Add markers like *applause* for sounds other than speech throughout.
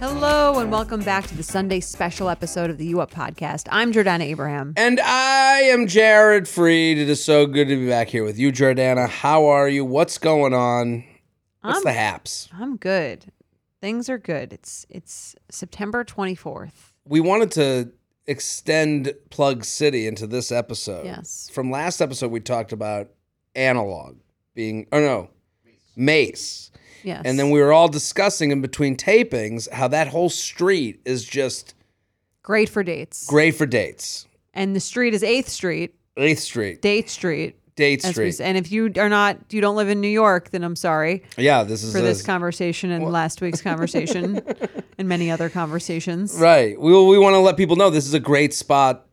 Hello and welcome back to the Sunday special episode of the U Up podcast. I'm Jordana Abraham. And I am Jared Freed. It is so good to be back here with you, Jordana. How are you? What's going on? What's I'm- the haps? I'm good. Things are good. It's it's September 24th. We wanted to extend Plug City into this episode. Yes. From last episode, we talked about analog being, oh no, Mace. Yes. And then we were all discussing in between tapings how that whole street is just great for dates. great for dates. And the street is 8th Street, 8th Street, Date Street. Date as we Street. s- And if you are not you don't live in New York, then I'm sorry Yeah, this is for this a- conversation and last week's *laughs* conversation and many other conversations. Right. We we want to let people know this is a great spot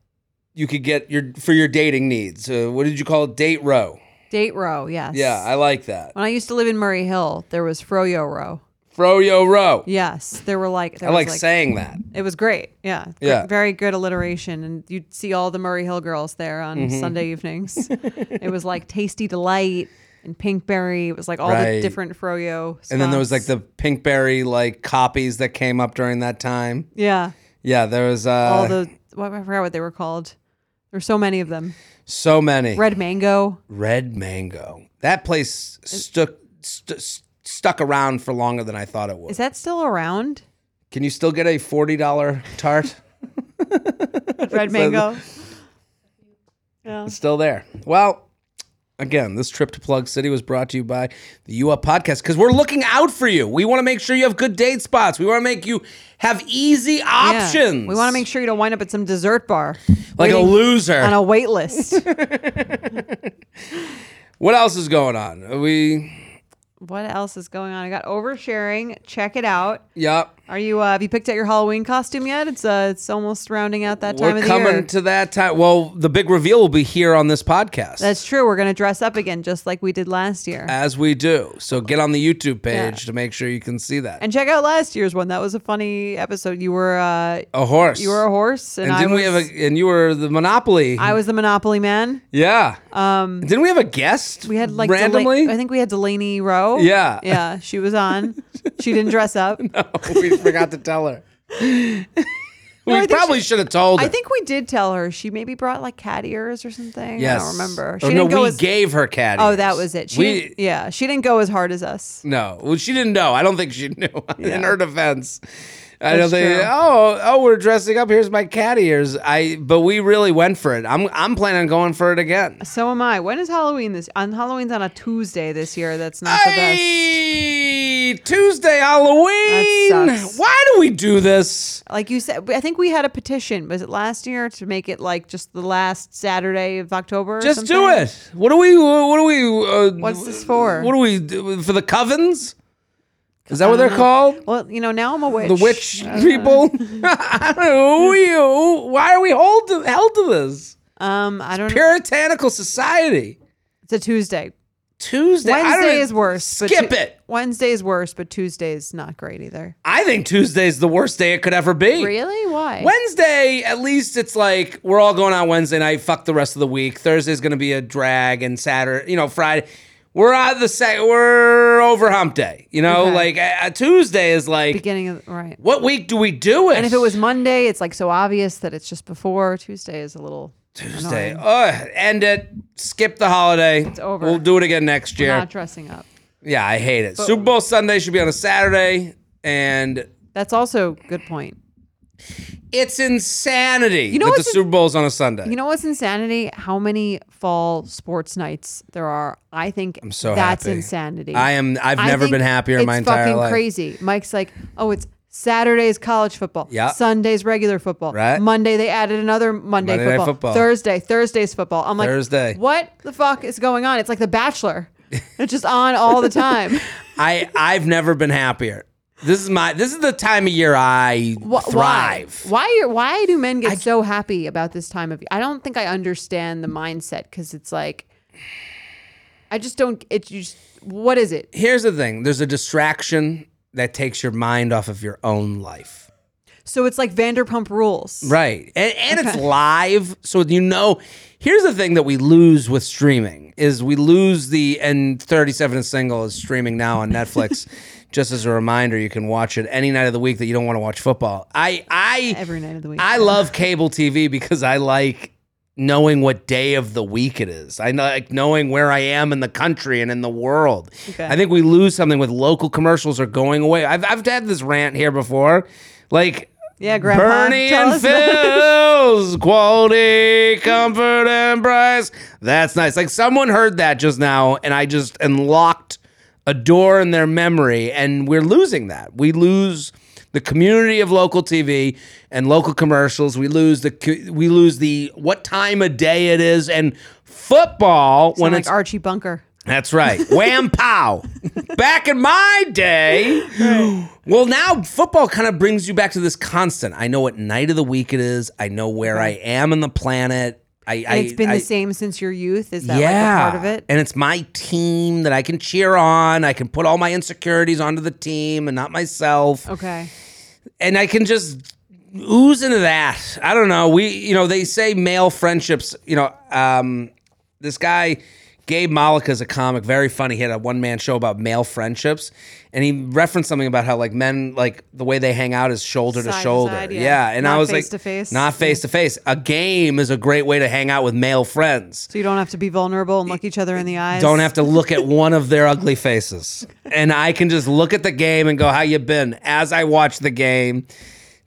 you could get your for your dating needs. Uh, what did you call it? Date row. Date row, yes. Yeah, I like that. when I used to live in Murray Hill, there was Froyo Row. Froyo row. Yes, there were like there I was like, like saying that. It was great. Yeah. Gr- Yeah. Very good alliteration. And you'd see all the Murray Hill girls there on Mm-hmm. Sunday *laughs* evenings. it was like Tasty Delight and Pinkberry. It was like all Right. the different Froyo And then there was like spots. the Pinkberry like copies that came up during that time. Yeah. Yeah, there was uh, All the, what, I forgot what they were called. There were so many of them. so many. Red Mango. Red Mango. That place stuck st- stuck around for longer than I thought it would. Is that *laughs* still around? Can you still get a forty dollar tart? Red Mango. Yeah. It's still there. Well, again, this trip to Plug City was brought to you by the U Up Podcast because we're looking out for you. We want to make sure you have good date spots. We want to make you have easy Yeah. options. We want to make sure you don't wind up at some dessert bar like a waiting loser. on a *laughs* wait list. what else is going on? Are we what else is going on? I got oversharing. Check it out. yeah. Are you? Uh, have you picked out your Halloween costume yet? It's uh, it's almost rounding out that time We're of the coming year. to that time. Well, the big reveal will be here on this podcast. That's true. We're gonna dress up again, just like we did last year. as we do. So get on the YouTube page Yeah. to make sure you can see that. and check out last year's one. That was a funny episode. You were uh, a horse. you were a horse, and, and I didn't was, we have a and you were the Monopoly. I was the Monopoly man. yeah. Um didn't we have a guest? We had like Dela- randomly? I think we had Delaney Rowe. Yeah. yeah. She was on. she didn't *laughs* dress up. we forgot to tell *laughs* her. we I think probably should have told her. I think we did tell her. She maybe brought like cat ears or something. yes. I don't Or remember. She no, didn't go we as. gave her cat. oh, ears. that was it. She we didn't- yeah. She didn't go as hard as us. no, well, she didn't know. I don't think she *laughs* knew. In her defense, I don't That's think. true. Oh, oh, we're dressing up. Here's my cat ears. I. But we really went for it. I'm. I'm planning on going for it again. So am I. When is Halloween this? On Halloween's on a Tuesday this year. That's not the best. Hey, Tuesday Halloween. That sucks. Why do we do this? Like you said, I think we had a petition. Was it last year to make it like just the last Saturday of October? or Just do something? it. What do we? What do we? Uh, What's this for? What do we do for the covens? Is that what they're called? Well, you know, now I'm a Uh, witch. uh, The witch *laughs* people. *laughs* I don't know who you. Why are we hold to, held to this Um, I don't. know. puritanical society? It's a Tuesday. Tuesday. I don't- Wednesday is worse. Skip Tu- it. Wednesday is worse, but Tuesday is not great either. I think Tuesday's the worst day it could ever be. Really? Why? Wednesday, at least it's like we're all going out Wednesday night. Fuck the rest of the week. Thursday's going to be a drag, and Saturday, you know, Friday, we're out the sec- we're over hump day. You know, Okay. like uh, Tuesday is like Beginning of right. what week do we do it? And if it was Monday, it's like so obvious that it's just before. Tuesday is a little Tuesday, annoying. Ugh, end it. Skip the holiday. It's over. We'll do it again next year. Not dressing up. yeah, I hate it. Super Bowl Sunday should be on a Saturday, and That's also a good point. it's insanity you know that the what's in- Super Bowl's on a Sunday. You know what's insanity? How many fall sports nights there are? I think I'm so that's happy. insanity. I am. I've I never think been happier in my entire It's fucking life. crazy. Mike's like, oh, it's Saturday's college football. Yeah. Sunday's regular football. Right. Monday they added another Monday, Monday Night football. Football. Thursday, Thursday's football. I'm like, Thursday. What the fuck is going on? It's *laughs* like The Bachelor. it's just on all the time. I I've never been happier. This is my. This is the time of year I Wh- thrive. Why? Why, are, why do men get so happy about this time of? I don't think I understand the mindset because it's like, I just don't. It's you. Just, what is it? Here's the thing. There's a distraction that takes your mind off of your own life. So it's like Vanderpump Rules. Right. And, and it's live. So you know, here's the thing that we lose with streaming is we lose the and 37 is single is streaming now on Netflix. Just as a reminder, you can watch it any night of the week that you don't want to watch football. I I Every night of the week. I love cable TV because I like knowing what day of the week it is. I know- like knowing where I am in the country and in the world. Okay. I think we lose something with local commercials are going away. I've I've had this rant here before. Like Yeah, Grandpa. Bernie tell and us about- Phil's quality, comfort, and price. That's nice. Like someone heard that just now, and I just unlocked a door in their memory, and we're losing that. We lose the community of local TV and local commercials. We lose the co- we lose the what time of day it is and football when Sound it's like Archie Bunker. that's right. *laughs* Wham pow. Back in my day. Well, now football kind of brings you back to this constant. I know what night of the week it is. I know where I am on the planet. I, I, And it's been I- the same since your youth. Is that yeah. like a part of it? And it's my team that I can cheer on. I can put all my insecurities onto the team and not myself okay. and I can just ooze into that. I don't know. We, you know, they say male friendships. You know, um, this guy Gabe Malika is a comic, very funny. He had a one man show about male friendships, and he referenced something about how like men like the way they hang out is shoulder Side to to shoulder. side, yeah. yeah. and I Not was like, face-to-face. not face to face. A game is a great way to hang out with male friends. So you don't have to be vulnerable and look each other in the eyes. Don't have to look at one of their ugly faces. And I can just look at the game and go, how you been? As I watch the game,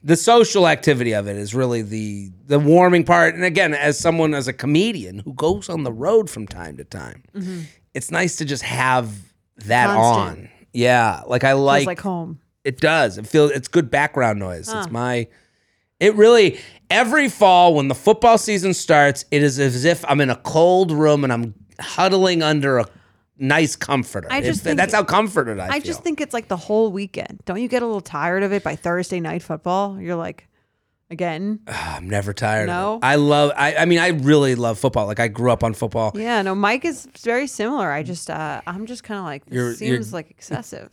the social activity of it is really the the warming part. And again, as someone as a comedian who goes on the road from time to time, it's nice to just have that Mm-hmm. Constant. on. Yeah. Like I Feels like, like home. it does. It feels it's good background noise. It's my it really every fall when the football season starts, it is as if I'm in a cold room and I'm huddling under a nice comforter. I just It- think- that's how comforted I, I feel. just think it's like the whole weekend. Don't you get a little tired of it by Thursday night football? You're like, again. Ah, I'm never tired. No? Of it. I love I I mean I really love football. Like I grew up on football. Yeah, no, Mike is very similar. I just, uh, I'm just kind of like, this You're- seems you're- *laughs* like excessive.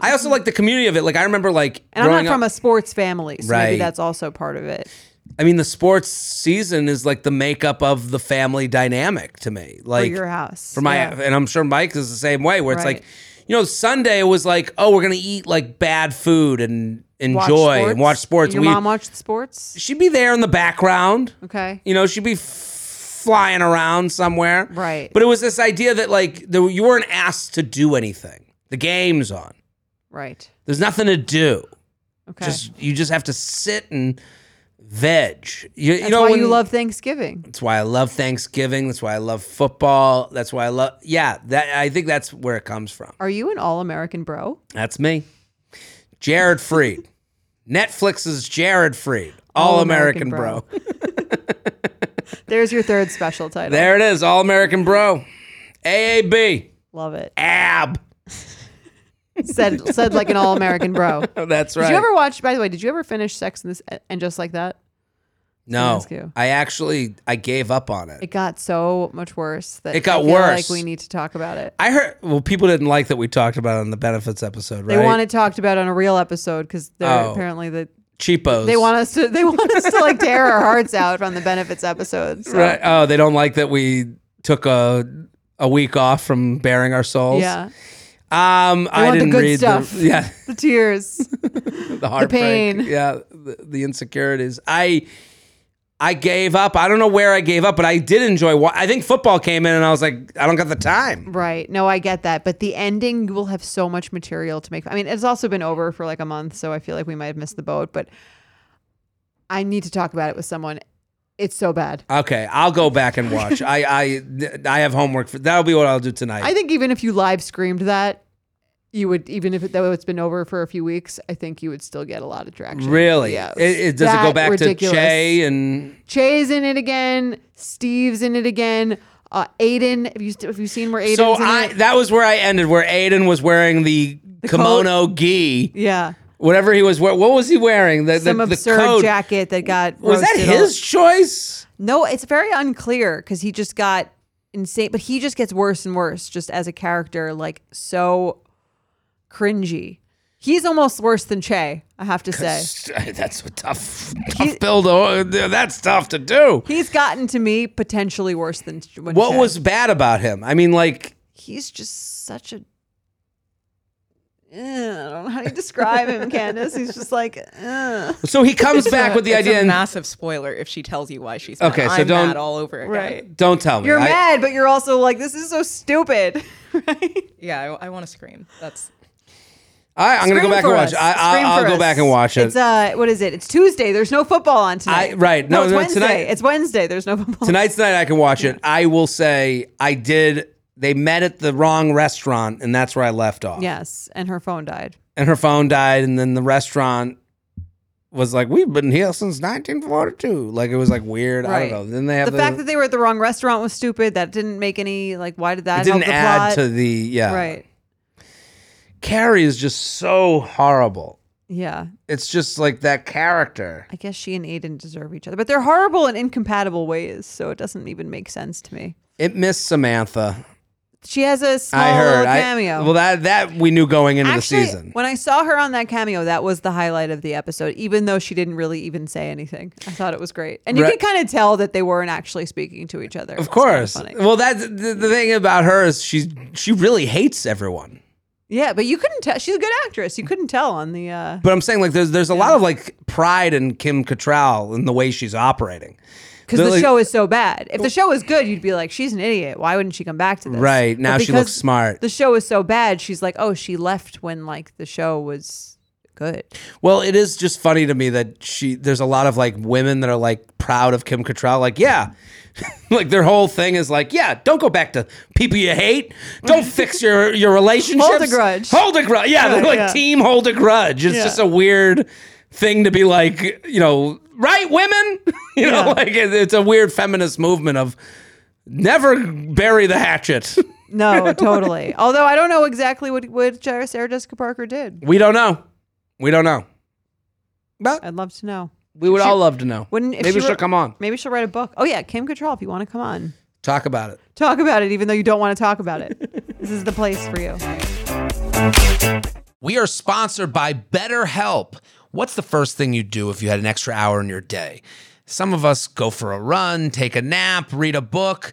I also like the community of it. Like I remember like And I'm growing not from up, a sports family, so Right. maybe that's also part of it. I mean the sports season is like the makeup of the family dynamic to me. For Like your house. for my Yeah. and I'm sure Mike is the same way where it's Right. like you know Sunday was like oh we're gonna eat like bad food and enjoy and watch sports Your we mom watched the sports? she'd be there in the background Okay. you know she'd be f- flying around somewhere Right. but it was this idea that like there, you weren't asked to do anything the game's on Right. there's nothing to do Okay. just you just have to sit and veg you, you that's know why when- you love Thanksgiving. That's why I love Thanksgiving. That's why I love football. That's why I love yeah. That I think that's where it comes from. Are you an all American bro? That's me, Jared Freed. Netflix's Jared Freed, All American All-American Bro. There's your *laughs* third special title. There it is, All American Bro. AAB, Love it. AB. Said said like an all *laughs* American bro. Did Oh, that's right. you ever watch? By the way, did you ever finish Sex and this and just like that? no, ask you? I actually I gave up on it. It got so much worse that It got I feel worse. Like we need to talk about it. I heard well, people didn't like that we talked about it on the benefits episode, They right? want it talked about on a real episode because they're Oh. apparently the, cheapos. they want us to they want us to like tear our hearts out on the benefits episode. So, Right. Oh, they don't like that we took a a week off from bearing our souls. Yeah, Um, I want the didn't good read stuff. the yeah the tears. the heartbreak. pain. Yeah, the, the insecurities. I I gave up. I don't know where I gave up, but I did enjoy. Wa- I think football came in, and I was like, I don't got the time. Right. No, I get that. But the ending, you will have so much material to make. I mean, it's also been over for like a month, so I feel like we might have missed the boat, but I need to talk about it with someone. It's so bad. Okay, I'll go back and watch. I I I have homework for that'll be what I'll do tonight. I think even if you live screamed that, you would, even if it, though it's been over for a few weeks, I think you would still get a lot of traction. really? Yeah. It, it does it go That back ridiculous. to Che and Che's in it again. Steve's in it again. Uh, Aiden, have you, st- have you seen where Aiden's so in I it? that was where I ended, where Aiden was wearing the, kimono gi. Yeah. whatever he was wearing. What was he wearing? The, the, Some the absurd coat. jacket that got Was that roasted all- his choice? No, it's very unclear because he just got insane, but he just gets worse and worse just as a character, like so cringy. He's almost worse than Che, I have to say. *laughs* That's a tough, tough bill to. That's tough to do. He's gotten to me potentially worse than when What Che- was bad about him? I mean, like He's just such a. Eh, I don't know how to describe him, Candace. He's just like, eh. so he comes It's back a- with the it's idea. A and- massive spoiler if she tells you why she's Okay, Mad. so I'm don't- mad all over again. Right. don't tell me. you're I- mad, but you're also like, this is so stupid, *laughs* right? Yeah, I, I want to scream. That's I, I'm going to go Scream back and for watch. us. it. I, I, Scream I'll for go us. back and watch it. It's uh, what is it? It's Tuesday. There's no football on tonight. I- right. No, it's no, Wednesday. tonight- It's Wednesday. There's no football. Tonight's the night I can watch it. I will say I did. They met at the wrong restaurant, and that's where I left off. Yes, and her phone died. And her phone died, and then the restaurant was like, "We've been here since 1942." Like it was like weird. I Right. don't know. Then they have The fact that they were at the wrong restaurant was stupid. That didn't make any like. Why did that it didn't help the add plot? to the yeah. right. Carrie is just so horrible. Yeah, It's just like that character. I guess she and Aiden deserve each other, but they're horrible in incompatible ways, so it doesn't even make sense to me. It missed Samantha. She has a small I heard. Oh, little I- cameo. well, that that we knew going into the season. when I saw her on that cameo, that was the highlight of the episode, even though she didn't really even say anything. I thought it was great. And you Right. could kind of tell that they weren't actually speaking to each other. It's Of kinda course. funny. Well, that's the, the thing about her is she she really hates everyone. Yeah, but you couldn't tell. She's a good actress. You couldn't tell on the. Uh, But I'm saying like there's there's a lot of like pride in Kim Cattrall in the way she's operating. because They're the like- show is so bad. If the show was good, you'd be like, she's an idiot. Why wouldn't she come back to this? Right But now she because looks smart. The show is so bad. She's like, oh, she left when like the show was good. well, it is just funny to me that she there's a lot of like women that are like proud of Kim Cattrall. Like yeah, *laughs* like their whole thing is like yeah, don't go back to people you hate. *laughs* Don't fix your your relationships. grudge. Hold a grudge. Yeah, they're like yeah. team hold a grudge. It's Yeah. just a weird thing to be like you know right women. *laughs* you know Yeah. like it, it's a weird feminist movement of never bury the hatchet. *laughs* No, totally. Although I don't know exactly what what Sarah Jessica Parker did. We don't know. We don't know. But I'd love to know. we would all love to know. Wouldn't if Maybe she she'll wrote- come on. Maybe she'll write a book. Oh yeah, Kim Cattrall, if you want to come on, Talk about it. talk about it, even though you don't want to talk about *laughs* it. this is the place for you. We are sponsored by BetterHelp. What's the first thing you do if you had an extra hour in your day? Some of us go for a run, take a nap, read a book.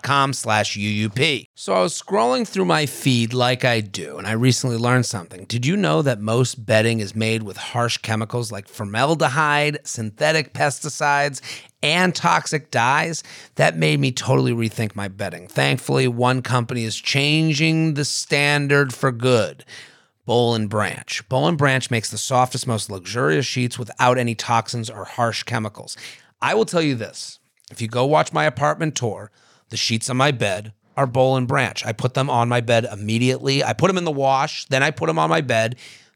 com slash UUP. So I was scrolling through my feed like I do, and I recently learned something. Did you know that most bedding is made with harsh chemicals like formaldehyde, synthetic pesticides, and toxic dyes, that made me totally rethink my betting. Thankfully, one company is changing the standard for good. Bowl and Branch. Bowl and Branch makes the softest, most luxurious sheets without any toxins or harsh chemicals. I will tell you this if you go watch my apartment tour, the sheets on my bed are Bowl and Branch. I put them on my bed immediately. I put them in the wash, then I put them on my bed.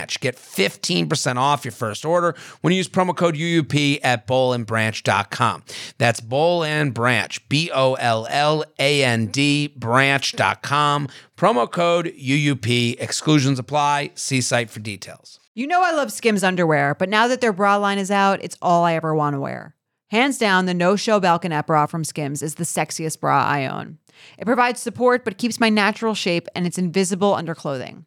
Branch. Get 15% off your first order when you use promo code UUP at bowlandbranch.com. That's Bowl and Branch, B O L L A N D, branch.com. Promo code UUP. Exclusions apply. See site for details. You know I love Skims underwear, but now that their bra line is out, it's all I ever want to wear. Hands down, the no-show balconette bra from Skims is the sexiest bra I own. It provides support but keeps my natural shape and it's invisible under clothing.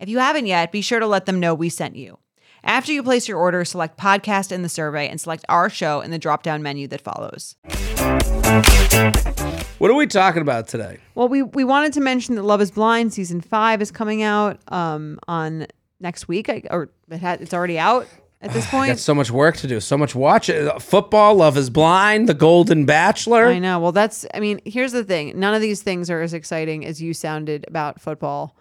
If you haven't yet, be sure to let them know we sent you. After you place your order, select podcast in the survey and select our show in the drop down menu that follows. What are we talking about today? Well, we, we wanted to mention that Love is Blind season five is coming out um, on next week, I, or it ha- it's already out at this Got point. so much work to do, so much watch. Uh, Football, Love is Blind, The Golden Bachelor. I know. Well, that's, I mean, here's the thing none of these things are as exciting as you sounded about football,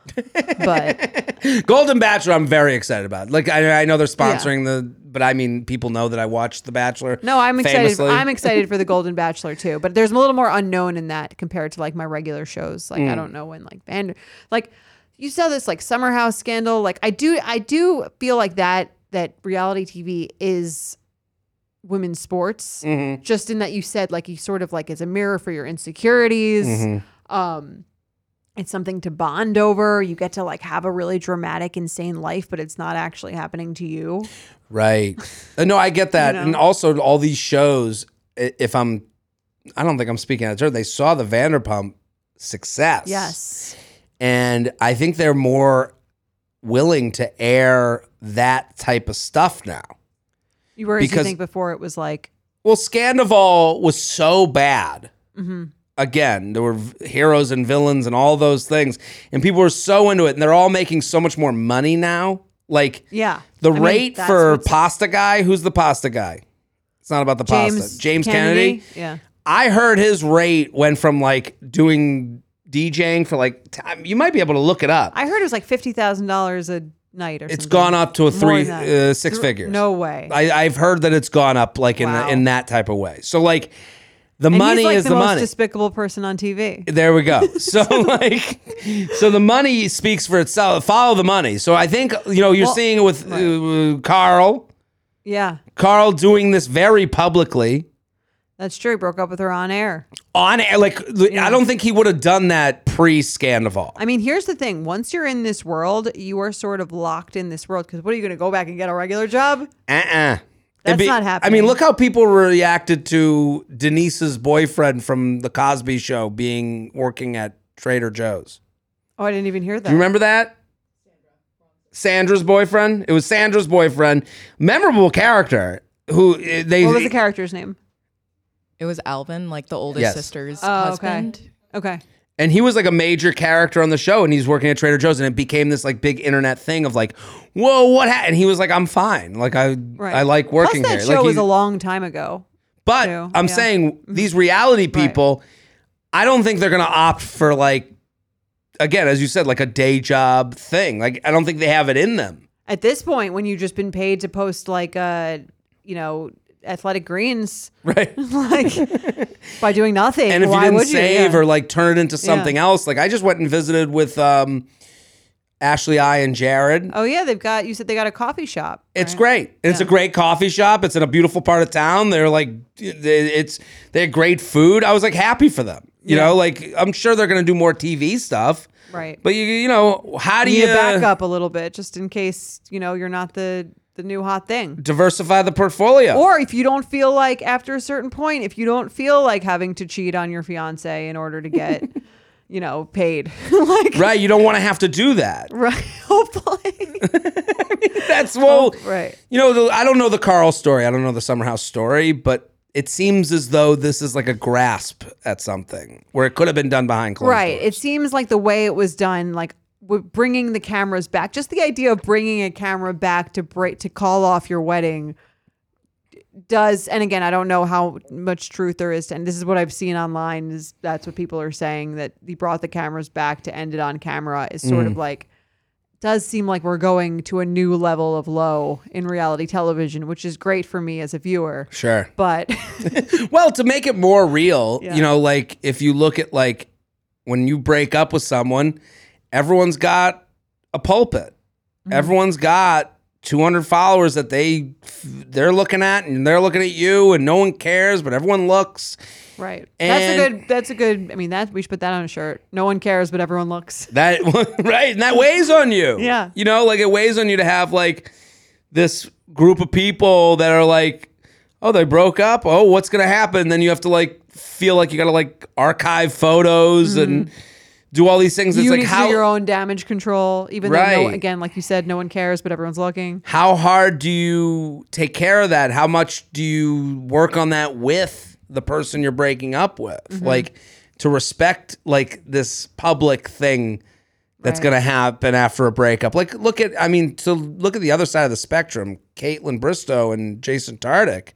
but *laughs* Golden Bachelor, I'm very excited about. Like I, I know they're sponsoring the, but I mean, people know that I watched The Bachelor. No, I'm excited. famously. I'm excited *laughs* for the Golden Bachelor too, but there's a little more unknown in that compared to like my regular shows. Like Mm. I don't know when like Vander, like you saw this like Summer House scandal. Like I do, I do feel like that that reality TV is women's sports, Mm-hmm. just in that you said like you sort of like it's a mirror for your insecurities. Mm-hmm. Um, it's something to bond over. You get to like have a really dramatic, insane life, but it's not actually happening to you. Right. Uh, No, I get that. And also, all these shows, i- if I'm, I don't think I'm speaking out of turn, they saw the Vanderpump success. Yes. And I think they're more willing to air that type of stuff now. You were, because, Because- you think before it was like, Well, Scandival was so bad. Mm-hmm. Again, there were v- heroes and villains and all those things. And people were so into it. And they're all making so much more money now. Like, Yeah. The I mean, rate that's for what's- pasta guy, who's the pasta guy? It's not about the pasta. James Kennedy. Yeah. I heard his rate went from like doing DJing for like time. You might be able to look it up. I heard it was like $50,000 a night or something. it's gone up to a three than that. uh, six figures. Uh, No way. I, I've heard that it's gone up like in Wow. in that type of way. So like the And money he's like is the, the, most money. despicable person on TV. There we *laughs* go. So like, so the money speaks for itself. Follow the money. So I think you know you're Well, seeing it with uh, Carl. Yeah. Carl doing this very publicly That's true. He broke up with her on air. on air. Like I don't think he would have done that pre Scandival. I mean, here's the thing. Once you're in this world, you are sort of locked in this world because what are you going to go back and get a regular job? Uh-uh. That's It'd be- not I mean, happening. look how people reacted to Denise's boyfriend from the Cosby Show being working at Trader Joe's. Oh, I didn't even hear that. You remember that? Sandra's boyfriend. It was Sandra's boyfriend. Memorable character. Who uh, they? what was the character's name? It was Alvin, like the oldest Yes. sister's Oh, husband. Okay. and he was like a major character on the show, and he's working at Trader Joe's, and it became this like big internet thing of like, whoa, what? happened? And he was like, I'm fine. Like I, Right. I like working Plus, that here. show like, was he- a long time ago. But too, I'm yeah. Mm-hmm. saying these reality people, I don't think they're going to opt for like, again, as you said, like a day job thing. Like, I don't think they have it in them. At this point, when you've just been paid to post like, uh, you know, athletic greens, *laughs* *laughs* Right. like by doing nothing. And if why you didn't would save Yeah. or like turn it into something else, like I just went and visited with um, Ashley I and Jared. oh yeah, they've got you said they got a coffee shop. It's great. It's a great coffee shop. It's in a beautiful part of town. They're like, they- it's they had great food. I was like happy for them. You know, like I'm sure they're gonna do more TV stuff. Right. But you, you know, how do You need you to back up a little bit just in case you know you're not the the new hot thing. Diversify the portfolio. Or if you don't feel like after a certain point, if you don't feel like having to cheat on your fiance in order to *laughs* get, you know, paid, *laughs* like right. You don't want to have to do that. right, *laughs* hopefully, *laughs* That's well, Oh, right. You know, the, I don't know the Carl story. I don't know the Summerhouse story, but it seems as though this is like a grasp at something where it could have been done behind closed right. doors. It seems like the way it was done, like w- bringing the cameras back. Just the idea of bringing a camera back to break to call off your wedding does. And again, I don't know how much truth there is to. And this is what I've seen online. Is that's what people are saying that he brought the cameras back to end it on camera is sort of like does seem like we're going to a new level of low in reality television, which is great for me as a viewer. Sure. *laughs* But *laughs* Well, to make it more real, Yeah. you know, like if you look at like when you break up with someone, everyone's got a pulpit. Mm-hmm. Everyone's got 200 followers that they they're looking at and they're looking at you and no one cares, but everyone looks. right, that's a And- good. That's a good. I mean, that we should put that on a shirt. No one cares, but everyone looks. *laughs* That right, and that weighs on you. Yeah. you know, like it weighs on you to have like this group of people that are like, oh, they broke up. Oh, what's gonna happen? Then you have to like feel like you gotta like archive photos and do all these things. It's Mm-hmm. you like need how to do your own damage control, even though, Right. no, again, like you said, no one cares, but everyone's looking. how hard do you take care of that? How much do you work on that with the person you're breaking up with? Like to respect like this public thing that's Right. going to happen after a breakup. Like look at I mean to look at the other side of the spectrum, Caitlin Bristow and Jason Tardik.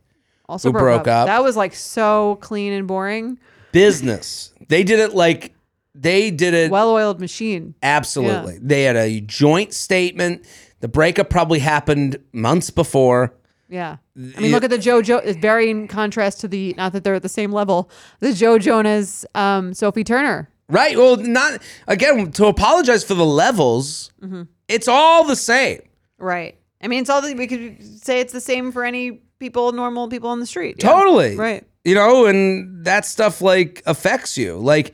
Also Who broke, broke up. up. That was like so clean and boring. Business. they did it like they did it Well-oiled machine. Absolutely. They had a joint statement. The breakup probably happened months before. Yeah. I mean, look at the Joe Joe. It's very in contrast to the not that they're at the same level. The Joe Jonas, um, Sophie Turner. Right. Well, not again to apologize for the levels. Mm-hmm. It's all the same. Right. I mean, it's all that we could say. It's the same for any people, normal people on the street. Totally. Right. You know, and that stuff like affects you. Like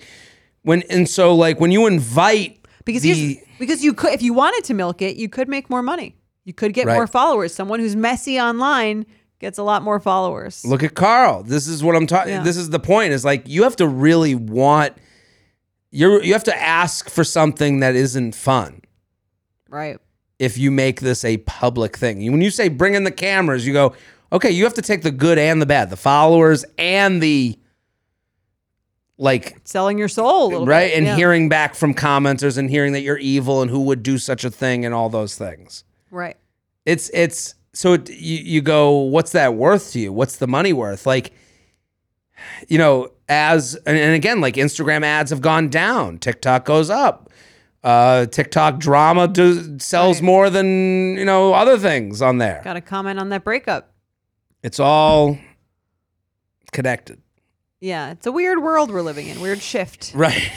when and so like when you invite Because the- here's- because you could, if you wanted to milk it, you could make more money. You could get Right. more followers. Someone who's messy online gets a lot more followers. look at Carl. This is what I'm talking Yeah. this is the point. Is like you have to really want you you have to ask for something that isn't fun. Right. if you make this a public thing. You- When you say bring in the cameras, you go, okay, you have to take the good and the bad, the followers and the like, Selling your soul a little right? bit. And yeah. hearing back from commenters and hearing that you're evil and who would do such a thing and all those things. Right. It's, it's, so it, you, you go, what's that worth to you? What's the money worth? Like, you know, as, and, and again, like Instagram ads have gone down, TikTok goes up. Uh, TikTok drama do, sells Right. more than, you know, other things on there. Got to comment on that breakup. It's all connected. *laughs* Yeah. It's a weird world we're living in. Weird shift. Right.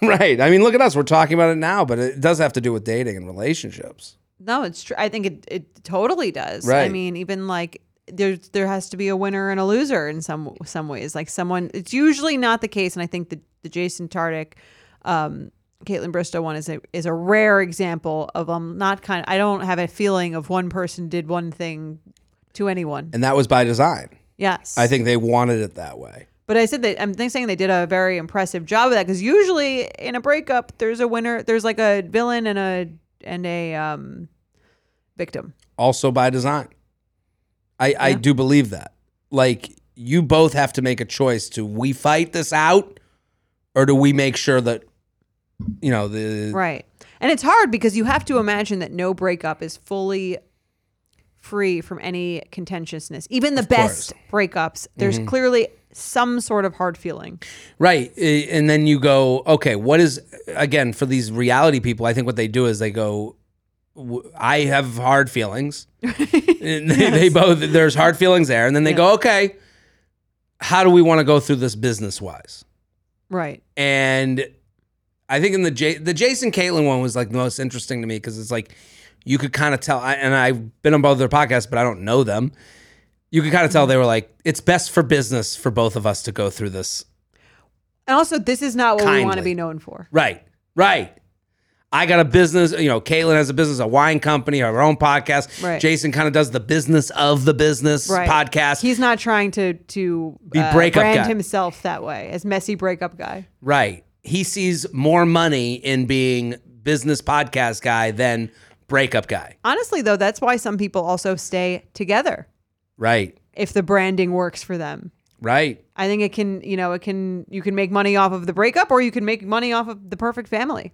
right. I mean, look at us. We're talking about it now, but it does have to do with dating and relationships. No, it's true. I think it, it totally does. I Right. mean, even like there's there has to be a winner and a loser in some some ways. Like someone, it's usually not the case. And I think the the Jason Tardik, um, Caitlin Bristow one is a is a rare example of um not kind. I don't have a feeling of one person did one thing to anyone. And that was by design. Yes, I think they wanted it that way. But I said that I'm think- saying they did a very impressive job of that because usually in a breakup there's a winner, there's like a villain and a and a um, victim. Also by design. I, I do believe that. Like, you both have to make a choice to we fight this out or do we make sure that, you know, the. Right. And it's hard because you have to imagine that no breakup is fully free from any contentiousness. Even the best breakups, there's Mm-hmm. clearly some sort of hard feeling. Right. I- And then you go, okay, what is, again, for these reality people, I think what they do is they go, w- I have hard feelings. and they, they both, there's hard feelings there. And then they go, okay, how do we want to go through this business wise? Right. And I think in the J- the Jason Caitlin one was like the most interesting to me because it's like you could kind of tell. I, and I've been on both their podcasts, but I don't know them. You could kind of tell they were like, it's best for business for both of us to go through this And also, this is not what we want to Kindly. be known for. Right. Right. I got a business, you know, Caitlin has a business, a wine company, her own podcast. Right. Jason kind of does the business of the business podcast. He's not trying to to Be uh, breakup brand guy. himself that way as messy breakup guy. Right. He sees more money in being business podcast guy than breakup guy. Honestly, though, that's why some people also stay together Right. if the branding works for them. Right. I think it can, you know, it can you can make money off of the breakup or you can make money off of the perfect family.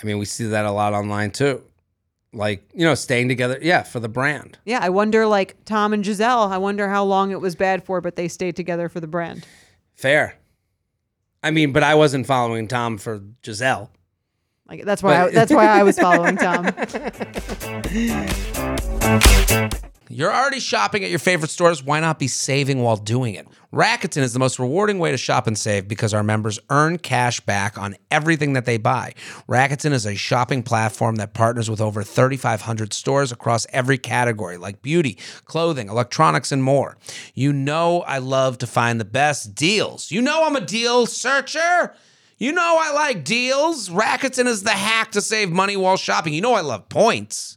I mean, we see that a lot online too. Like, you know, staying together, yeah, for the brand. Yeah, I wonder like Tom and Giselle, I wonder how long it was bad for, but they stayed together for the brand. Fair. I mean, but I wasn't following Tom for Giselle. Like that's why I, But- that's why I was following Tom. You're already shopping at your favorite stores. Why not be saving while doing it? Rakuten is the most rewarding way to shop and save because our members earn cash back on everything that they buy. Rakuten is a shopping platform that partners with over 3,500 stores across every category, like beauty, clothing, electronics, and more. You know, I love to find the best deals. You know, I'm a deal searcher. You know, I like deals. Rakuten is the hack to save money while shopping. You know, I love points.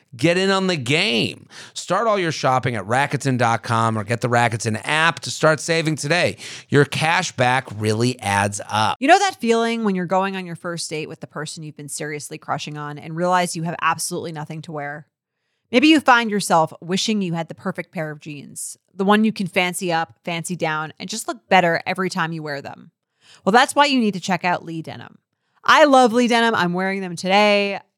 Get in on the game. Start all your shopping at Rakuten.com or get the Rakuten app to start saving today. Your cash back really adds up. You know that feeling when you're going on your first date with the person you've been seriously crushing on and realize you have absolutely nothing to wear? Maybe you find yourself wishing you had the perfect pair of jeans, the one you can fancy up, fancy down, and just look better every time you wear them. Well, that's why you need to check out Lee Denim. I love Lee Denim. I'm wearing them today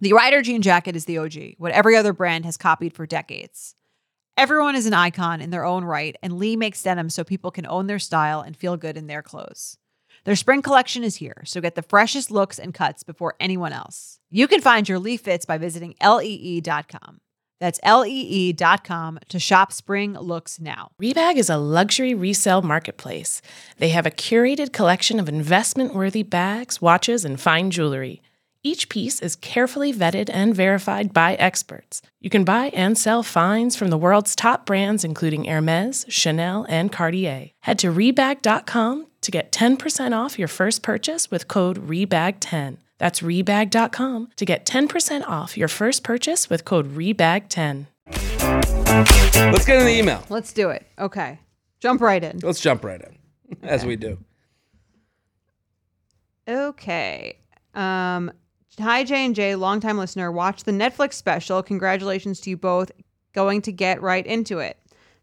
The Rider jean jacket is the OG, what every other brand has copied for decades. Everyone is an icon in their own right, and Lee makes denim so people can own their style and feel good in their clothes. Their spring collection is here, so get the freshest looks and cuts before anyone else. You can find your Lee fits by visiting E lee.com. That's E lee.com to shop spring looks now. Rebag is a luxury resale marketplace. They have a curated collection of investment worthy bags, watches, and fine jewelry. Each piece is carefully vetted and verified by experts. You can buy and sell finds from the world's top brands, including Hermes, Chanel, and Cartier. Head to Rebag.com to get 10% off your first purchase with code REBAG10. That's Rebag.com to get 10% off your first purchase with code REBAG10. Let's get an email. Let's do it. Okay. Jump right in. Let's jump right in, as we do. Okay. Um, hi, J and J, longtime listener. Watch the Netflix special. Congratulations to you both. Going to get right into it.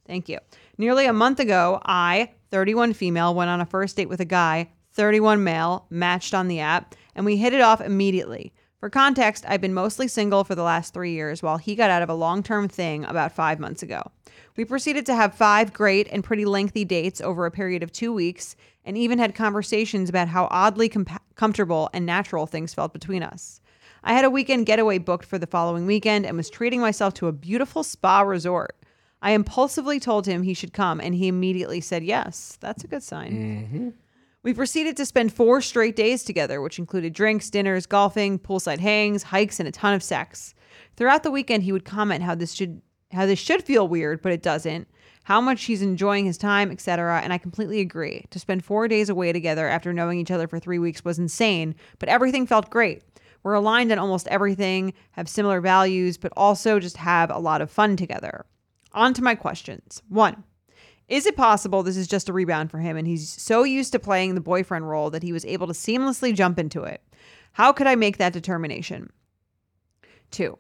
Thank you. Nearly a month ago, I, 31 female, went on a first date with a guy, 31 male, matched on the app, and we hit it off immediately. For context, I've been mostly single for the last three years while he got out of a long term thing about five months ago. We proceeded to have five great and pretty lengthy dates over a period of two weeks and even had conversations about how oddly compa comfortable and natural things felt between us. I had a weekend getaway booked for the following weekend and was treating myself to a beautiful spa resort. I impulsively told him he should come, and he immediately said yes. That's a good sign. We proceeded to spend four straight days together, which included drinks, dinners, golfing, poolside hangs, hikes, and a ton of sex. Throughout the weekend, he would comment how this should how this should feel weird, but it doesn't. How much he's enjoying his time, etc. And I completely agree. To spend four days away together after knowing each other for three weeks was insane, but everything felt great. We're aligned on almost everything, have similar values, but also just have a lot of fun together. On to my questions. One. Is it possible this is just a rebound for him and he's so used to playing the boyfriend role that he was able to seamlessly jump into it? How could I make that determination? Two,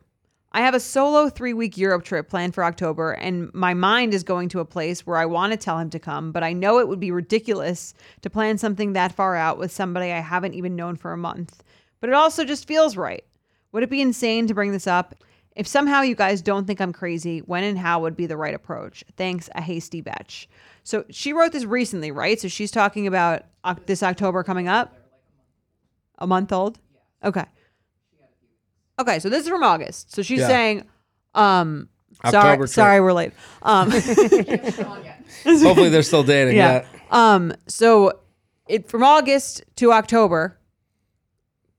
I have a solo three week Europe trip planned for October, and my mind is going to a place where I want to tell him to come, but I know it would be ridiculous to plan something that far out with somebody I haven't even known for a month. But it also just feels right. Would it be insane to bring this up? If somehow you guys don't think I'm crazy, when and how would be the right approach? Thanks, a hasty batch. So she wrote this recently, right? So she's talking about Oc- this October coming up. A month old? Okay. Okay, so this is from August. So she's Yeah. saying, um, sorry, October trip. sorry, we're late. Um, Hopefully they're still dating. yeah. Yeah. Um, so it from August to October,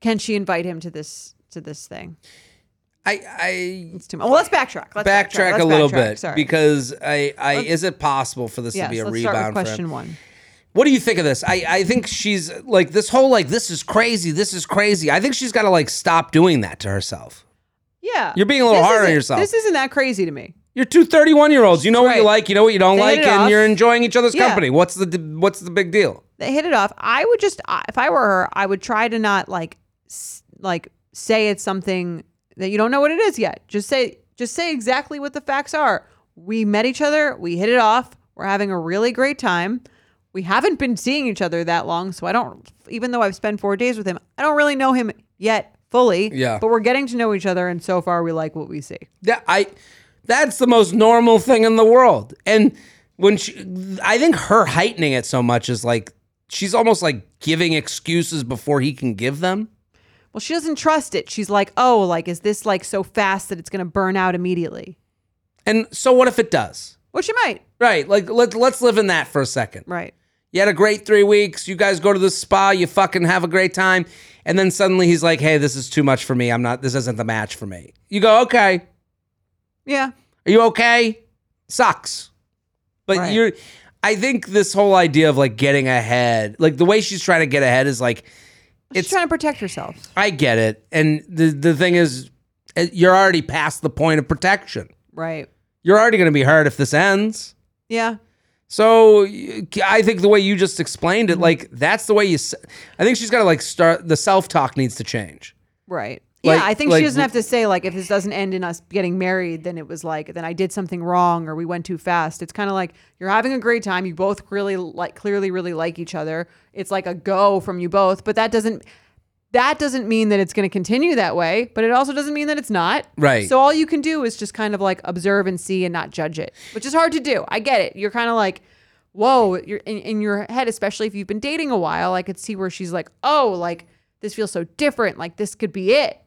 can she invite him to this to this thing? I, I It's too much. Well, let's backtrack. Let's backtrack, Let's a little backtrack. bit Sorry. because I, I is it possible for this yes, to be a let's rebound start with for him? question one. What do you think of this? I, I think she's like this whole like this is crazy, this is crazy. I think she's got to like stop doing that to herself. Yeah, You're being a little This hard on isn't- yourself. This isn't that crazy to me. You're two 31 year olds. You know what you right. like, you know what you don't They hit like, it and off. you're enjoying each other's Yeah. company. What's the what's the big deal? They hit it off. I would just, I- if I were her, I would try to not like, s- like say it's something that you don't know what it is yet. Just say, just say exactly what the facts are. We met each other. We hit it off. We're having a really great time. We haven't been seeing each other that long, so I don't. Even though I've spent four days with him, I don't really know him yet fully. Yeah. But we're getting to know each other, and so far we like what we see. That I that's the most normal thing in the world. And when she I think her heightening it so much is like she's almost like giving excuses before he can give them. Well, she doesn't trust it. She's like, oh, like is this like so fast that it's gonna burn out immediately? And so what if it does? Which it might. Right. Like let let's live in that for a second. Right. You had a great three weeks. You guys go to the spa. You fucking have a great time. And then suddenly he's like, "Hey, this is too much for me. I'm not. This isn't the match for me." You go, "Okay, Yeah. are you okay?" Sucks. But Right. you're. I think this whole idea of like getting ahead, like the way she's trying to get ahead, is like, She's it's. trying to protect herself. I get it. And the the thing is, eh, you're already past the point of protection. Right. You're already going to be hurt if this ends. Yeah. So y- I think the way you just explained Mm-hmm. it, like that's the way you. s- I think she's got to like start. The self talk needs to change. Right. Like- yeah. I think like- she doesn't have to say like if this doesn't end in us getting married, then it was like then I did something wrong or we went too fast. It's kind of like you're having a great time. You both really like clearly really like each other. It's like a go from you both, but that doesn't that doesn't mean that it's going to continue that way, but it also doesn't mean that it's not. Right. So all you can do is just kind of like observe and see and not judge it, which is hard to do. I get it. You're kind of like, whoa, you're in, in your head, especially if you've been dating a while. I could see where she's like, oh, like this feels so different. Like this could be it.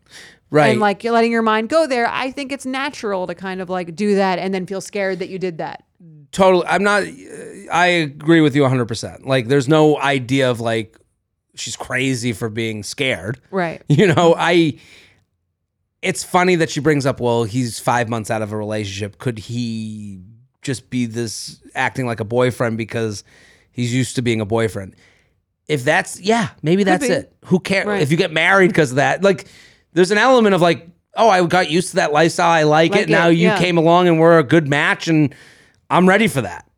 Right. And like you're letting your mind go there. I think it's natural to kind of like do that and then feel scared that you did that. totally. I'm not. I agree with you 100. percent Like there's no idea of like she's crazy for being scared. Right. *laughs* You know, I. It's funny that she brings up. Well, he's five months out of a relationship. Could he just be this acting like a boyfriend because he's used to being a boyfriend? If that's yeah, maybe that's be. it. Who cares Right. if you get married because of that? Like, there's an element of like, oh, I got used to that lifestyle. I like, Like it. Now it, you yeah. came along and we're a good match, and I'm ready for that.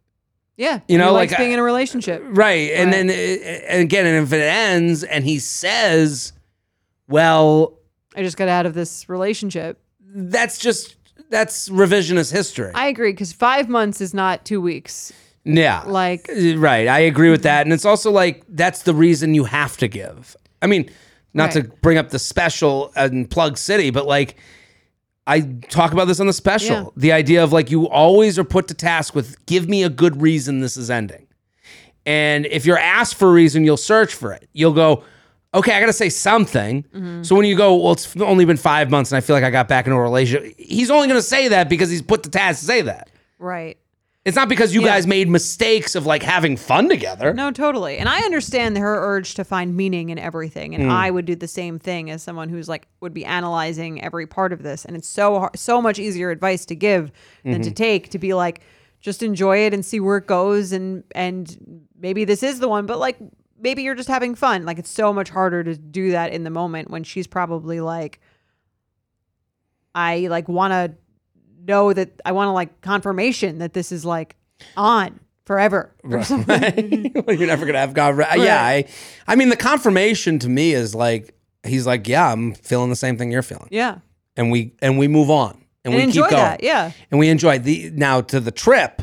Yeah. You know, He like, likes being I- in a relationship. Right. And Right. then uh, and again, and if it ends and he says, well, I just got out of this relationship. that's just that's revisionist history. I agree because five months is not two weeks. yeah. Like- Uh, right. I agree with that. And it's also like that's the reason you have to give. I mean, not to bring up the special and plug city, but like I talk about this on the special. Yeah. The idea of like you always are put to task with give me a good reason this is ending. And if you're asked for a reason, you'll search for it. You'll go, okay, I got to say something. Mm-hmm. So when you go, well, it's only been five months and I feel like I got back into a relationship, he's only going to say that because he's put to task to say that. Right. It's not because you guys made mistakes of like having fun together. *laughs* No, totally. And I understand her urge to find meaning in everything, and I would do the same thing as someone who's like would be analyzing every part of this. And it's so har so much easier advice to give than to take. To be like, just enjoy it and see where it goes, and and maybe this is the one. But like, maybe you're just having fun. Like, it's so much harder to do that in the moment when she's probably like, I like want to know that I want to like confirmation that this is like on forever. Or something. Well, You're never gonna have confirmation. Yeah, I, I mean the confirmation to me is like he's like, yeah, I'm feeling the same thing you're feeling, Yeah. and we and we move on. and, And we enjoy keep going. that, yeah. and we enjoy the now to the trip.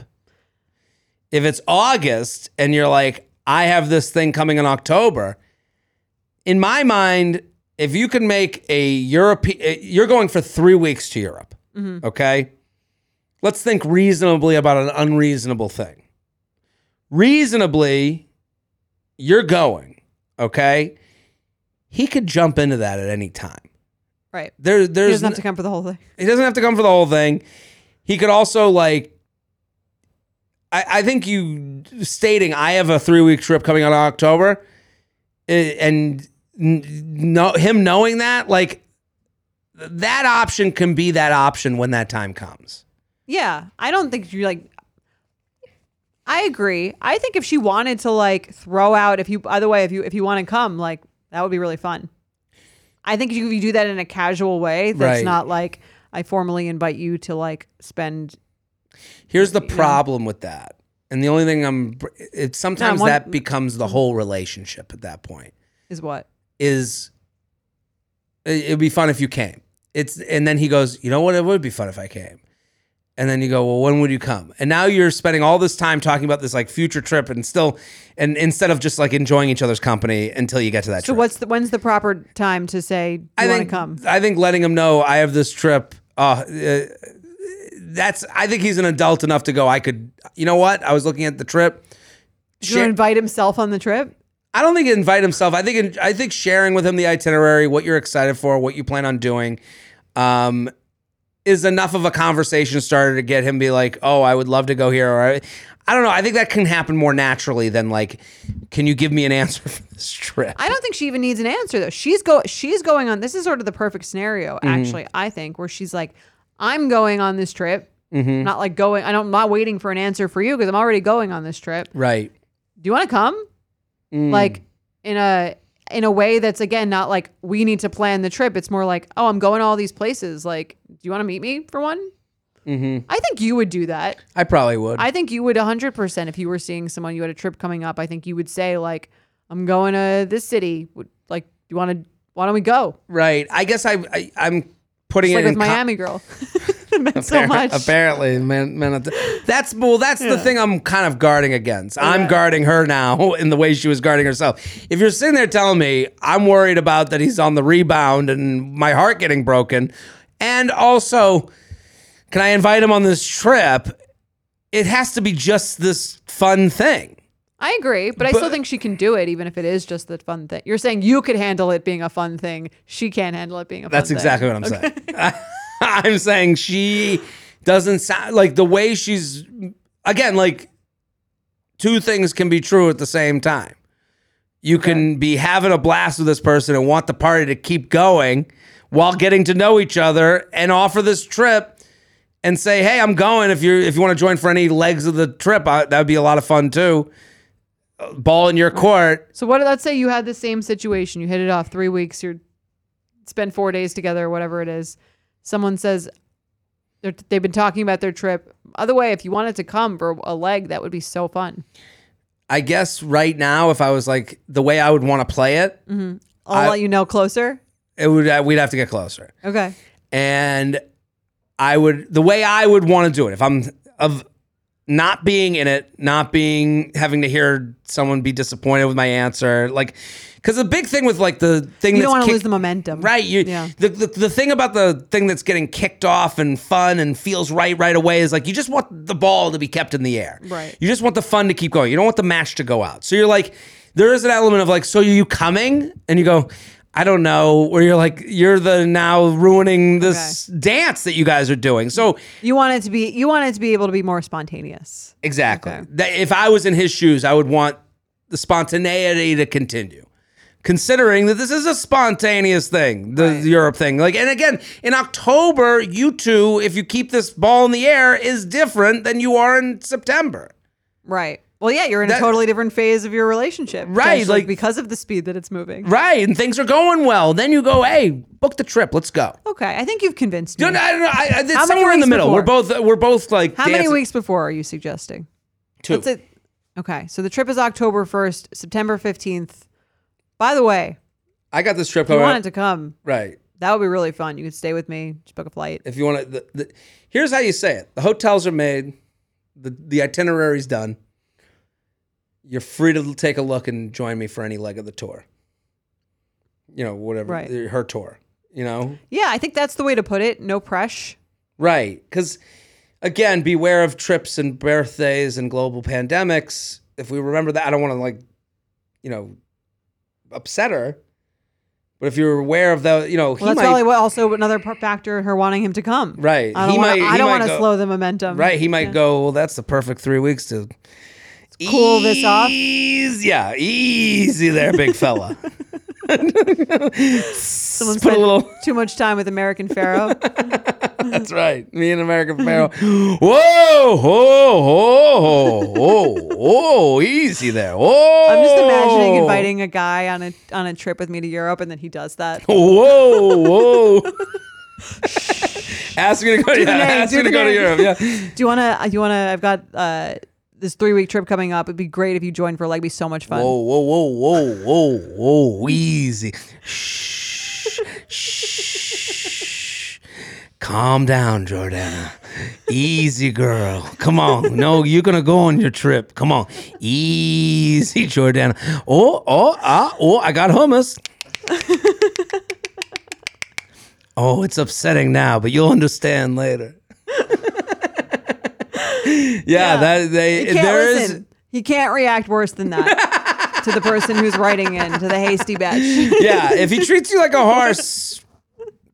If it's August and you're like, I have this thing coming in October. In my mind, if you can make a European, you're going for three weeks to Europe. Mm-hmm. Okay, let's think reasonably about an unreasonable thing. Reasonably, you're going. Okay, he could jump into that at any time. Right. There, He there's doesn't n- have to come for the whole thing. he doesn't have to come for the whole thing. He could also like I, I think you stating I have a three week trip coming out in October eh, and no him knowing that, like that option can be that option when that time comes. Yeah. I don't think you like I agree. I think if she wanted to like throw out if you by the way, if you if you want to come, like that would be really fun. I think if you do that in a casual way, that's Right. not like I formally invite you to like spend Here's the problem with that. And the only thing I'm it's sometimes one- that becomes the whole relationship at that point. is what? is it- it'd be fun if you came. It's and then he goes, you know what? It would be fun if I came. And then you go, well, when would you come? And now you're spending all this time talking about this like future trip, and still, and instead of just like enjoying each other's company until you get to that. So trip. what's the when's the proper time to say do I you want to think come? I think letting him know I have this trip. Uh, uh, that's I think he's an adult enough to go. I could, you know what? I was looking at the trip. Do you Share- invite himself on the trip? I don't think invite himself. I think I think sharing with him the itinerary, what you're excited for, what you plan on doing, um, is enough of a conversation starter to get him be like, oh, I would love to go here, or I, I don't know. I think that can happen more naturally than like, can you give me an answer *laughs* for this trip? I don't think she even needs an answer though. She's go she's going on this is sort of the perfect scenario actually, I think, where she's like I'm going on this trip. Not like going I don't I'm not waiting for an answer for you because I'm already going on this trip. right. Do you want to come? Like in a in a way that's again not like we need to plan the trip. It's more like, "Oh, I'm going to all these places. Like, do you want to meet me for one?" Mm-hmm. I think you would do that. I probably would. I think you would 100% if you were seeing someone, you had a trip coming up. I think you would say, like, I'm going to this city. Would- Like, you want to, why don't we go? right. I guess I, I I'm putting It's it like with in con- Miami *laughs* Girl. *laughs* it meant so much. Apparently, man, man, that's well. That's the thing I'm kind of guarding against. I'm guarding her now *laughs* in the way she was guarding herself. If you're sitting there telling me I'm worried about that he's on the rebound and my heart getting broken, and also, can I invite him on this trip? It has to be just this fun thing. I agree, but, I still think she can do it, even if it is just the fun thing. You're saying you could handle it being a fun thing. She can't handle it being a fun That's thing. exactly what I'm saying. *laughs* I'm saying she doesn't sound like the way she's again like two things can be true at the same time. You can be having a blast with this person and want the party to keep going while getting to know each other and offer this trip and say, "Hey, I'm going if you if you want to join for any legs of the trip, I, that would be a lot of fun too." Uh, Ball in your court. So, what, let's say you had the same situation. You hit it off three weeks, you spend four days together, whatever it is. Someone says, they're- they've been talking about their trip. Other way, if you wanted to come for a leg, that would be so fun. I guess right now if I was like the way I would want to play it, I'll let you know closer. it would uh, we'd have to get closer Okay. and i would the way i would want to do it if i'm of not being in it not being having to hear someone be disappointed with my answer like because the big thing with like the thing You that's don't want to kick- lose the momentum. Right. You, Yeah. the, the, the thing about the thing that's getting kicked off and fun and feels right right away is like you just want the ball to be kept in the air. Right. You just want the fun to keep going. You don't want the match to go out. So you're like, there is an element of like, so are you coming? And you go, I don't know. Where you're like, you're the now ruining this dance that you guys are doing. So You want it to be you want it to be able to be more spontaneous. Exactly. That if I was in his shoes, I would want the spontaneity to continue. Considering that this is a spontaneous thing, the Europe thing. Like, and again, in October, you two, if you keep this ball in the air, is different than you are in September. Right. Well, yeah, you're in That- a totally different phase of your relationship. Right, potentially, like- because of the speed that it's moving. Right. And things are going well. Then you go, hey, book the trip. Let's go. Okay. I think you've convinced me. No, no, I don't know. I, I, it's How many somewhere in the weeks middle. We're before? both we're both like How many dancing- weeks before are you suggesting? Two. That's it. Okay. So the trip is October 1st, September 15th. By the way, I got this trip if you coming. wanted up. to come, Right. That would be really fun. You could stay with me, just book a flight. If you want to, the, the, here's how you say it: the hotels are made, the the itinerary's done. You're free to take a look and join me for any leg of the tour. You know, whatever Right. her tour. You know, Yeah, I think that's the way to put it. No press. Right. Because, again, beware of trips and birthdays and global pandemics. If we remember that, I don't want to, like, you know, upset her. But if you're aware of the, you know, he Well, that's might. probably what- also another par- factor in her wanting him to come. Right. I don't He want might- to. he I don't might want to go- slow the momentum. Right, he might go. Well, that's the perfect three weeks to cool this off. Ease- Yeah, easy there, *laughs* big fella. Someone put a spent little- too much time with American Pharaoh. That's right. Me and American Pharaoh. Whoa, ho, ho, ho, ho, easy there. Oh, I'm just imagining inviting a guy on a on a trip with me to Europe, and then he does that. *laughs* Whoa, whoa. ask me to go. Yeah, name, ask do me to the go to name. Europe. Yeah. Do you wanna? uh, You wanna? I've got uh, this three week trip coming up. It'd be great if you joined for like. Be so much fun. Whoa, whoa, whoa, whoa, whoa, whoa, easy. Shh, shh. Calm down, Jordana. Easy, girl. Come on. No, you're gonna go on your trip. Come on. Easy, Jordana. Oh, oh, ah, oh, I got hummus. Oh, it's upsetting now, but you'll understand later. *laughs* yeah, that He they can't there is. listen. He can't react worse than that *laughs* to the person who's writing in to the hasty batch. yeah, if he treats you like a horse,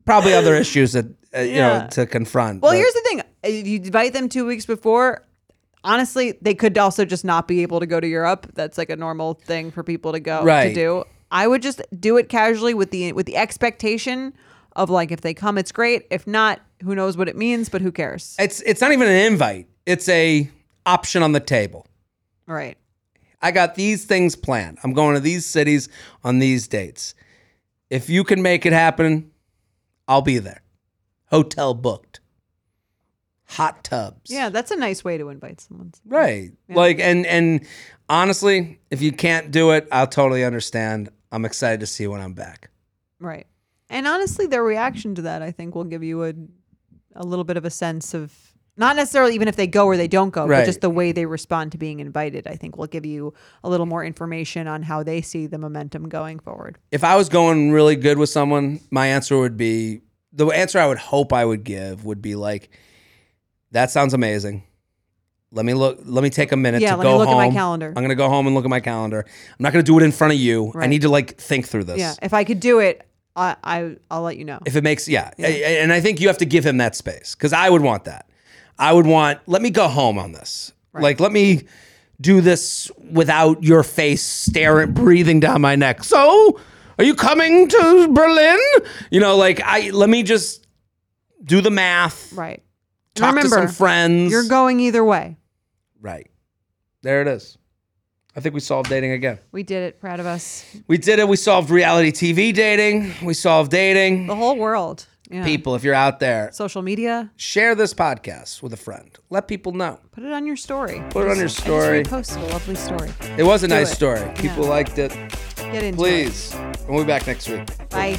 probably other issues that uh, you know Yeah. to confront. Well, but- here's the thing: if you invite them two weeks before, honestly, they could also just not be able to go to Europe. That's like a normal thing for people to go Right. to do. I would just do it casually with the with the expectation of like if they come, it's great. If not, who knows what it means? But who cares? it's it's not even an invite; it's a option on the table. All right. I got these things planned. I'm going to these cities on these dates. If you can make it happen, I'll be there. Hotel booked. Hot tubs. Yeah, that's a nice way to invite someone. Right. Like and and honestly, if you can't do it, I'll totally understand. I'm excited to see you when I'm back. Right. And honestly, their reaction to that, I think, will give you a a little bit of a sense of not necessarily even if they go or they don't go, Right. but just the way they respond to being invited, I think will give you a little more information on how they see the momentum going forward. if I was going really good with someone, my answer would be the answer I would hope I would give would be like, "That sounds amazing. Let me look. Let me take a minute Yeah, to let me go look at home. my calendar. I'm gonna go home and look at my calendar. I'm not gonna do it in front of you. I Right. need to like think through this. Yeah. If I could do it, I, I I'll let you know. If it makes yeah, A- a- and I think you have to give him that space because I would want that. I would want. Let me go home on this. Like let me do this without your face staring, breathing down my neck. So are you coming to Berlin? You know, like I let me just do the math. right. And Talk to some friends. You're going either way. right. There it is. I think we solved dating again. We did it. Proud of us. We did it. We solved reality TV dating. We solved dating. The whole world. Oh, Yeah. People, if you're out there, Social media. share this podcast with a friend. Let people know. Put it on your story. Put it on your story. Just repost a lovely story. It was a Do nice it. story. People liked it. Get into it. Please. And we'll be back next week. Bye.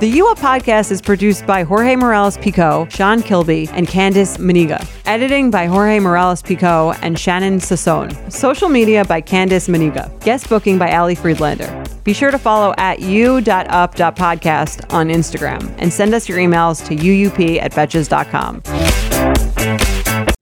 The You Up podcast is produced by Jorge Morales Pico, Sean Kilby, and Candice Maniga. Editing by Jorge Morales Pico and Shannon Sassone. Social media by Candice Maniga. Guest booking by Ali Friedlander. Be sure to follow at u.up.podcast on Instagram and send us your emails to uup at betches.com.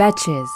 Betches.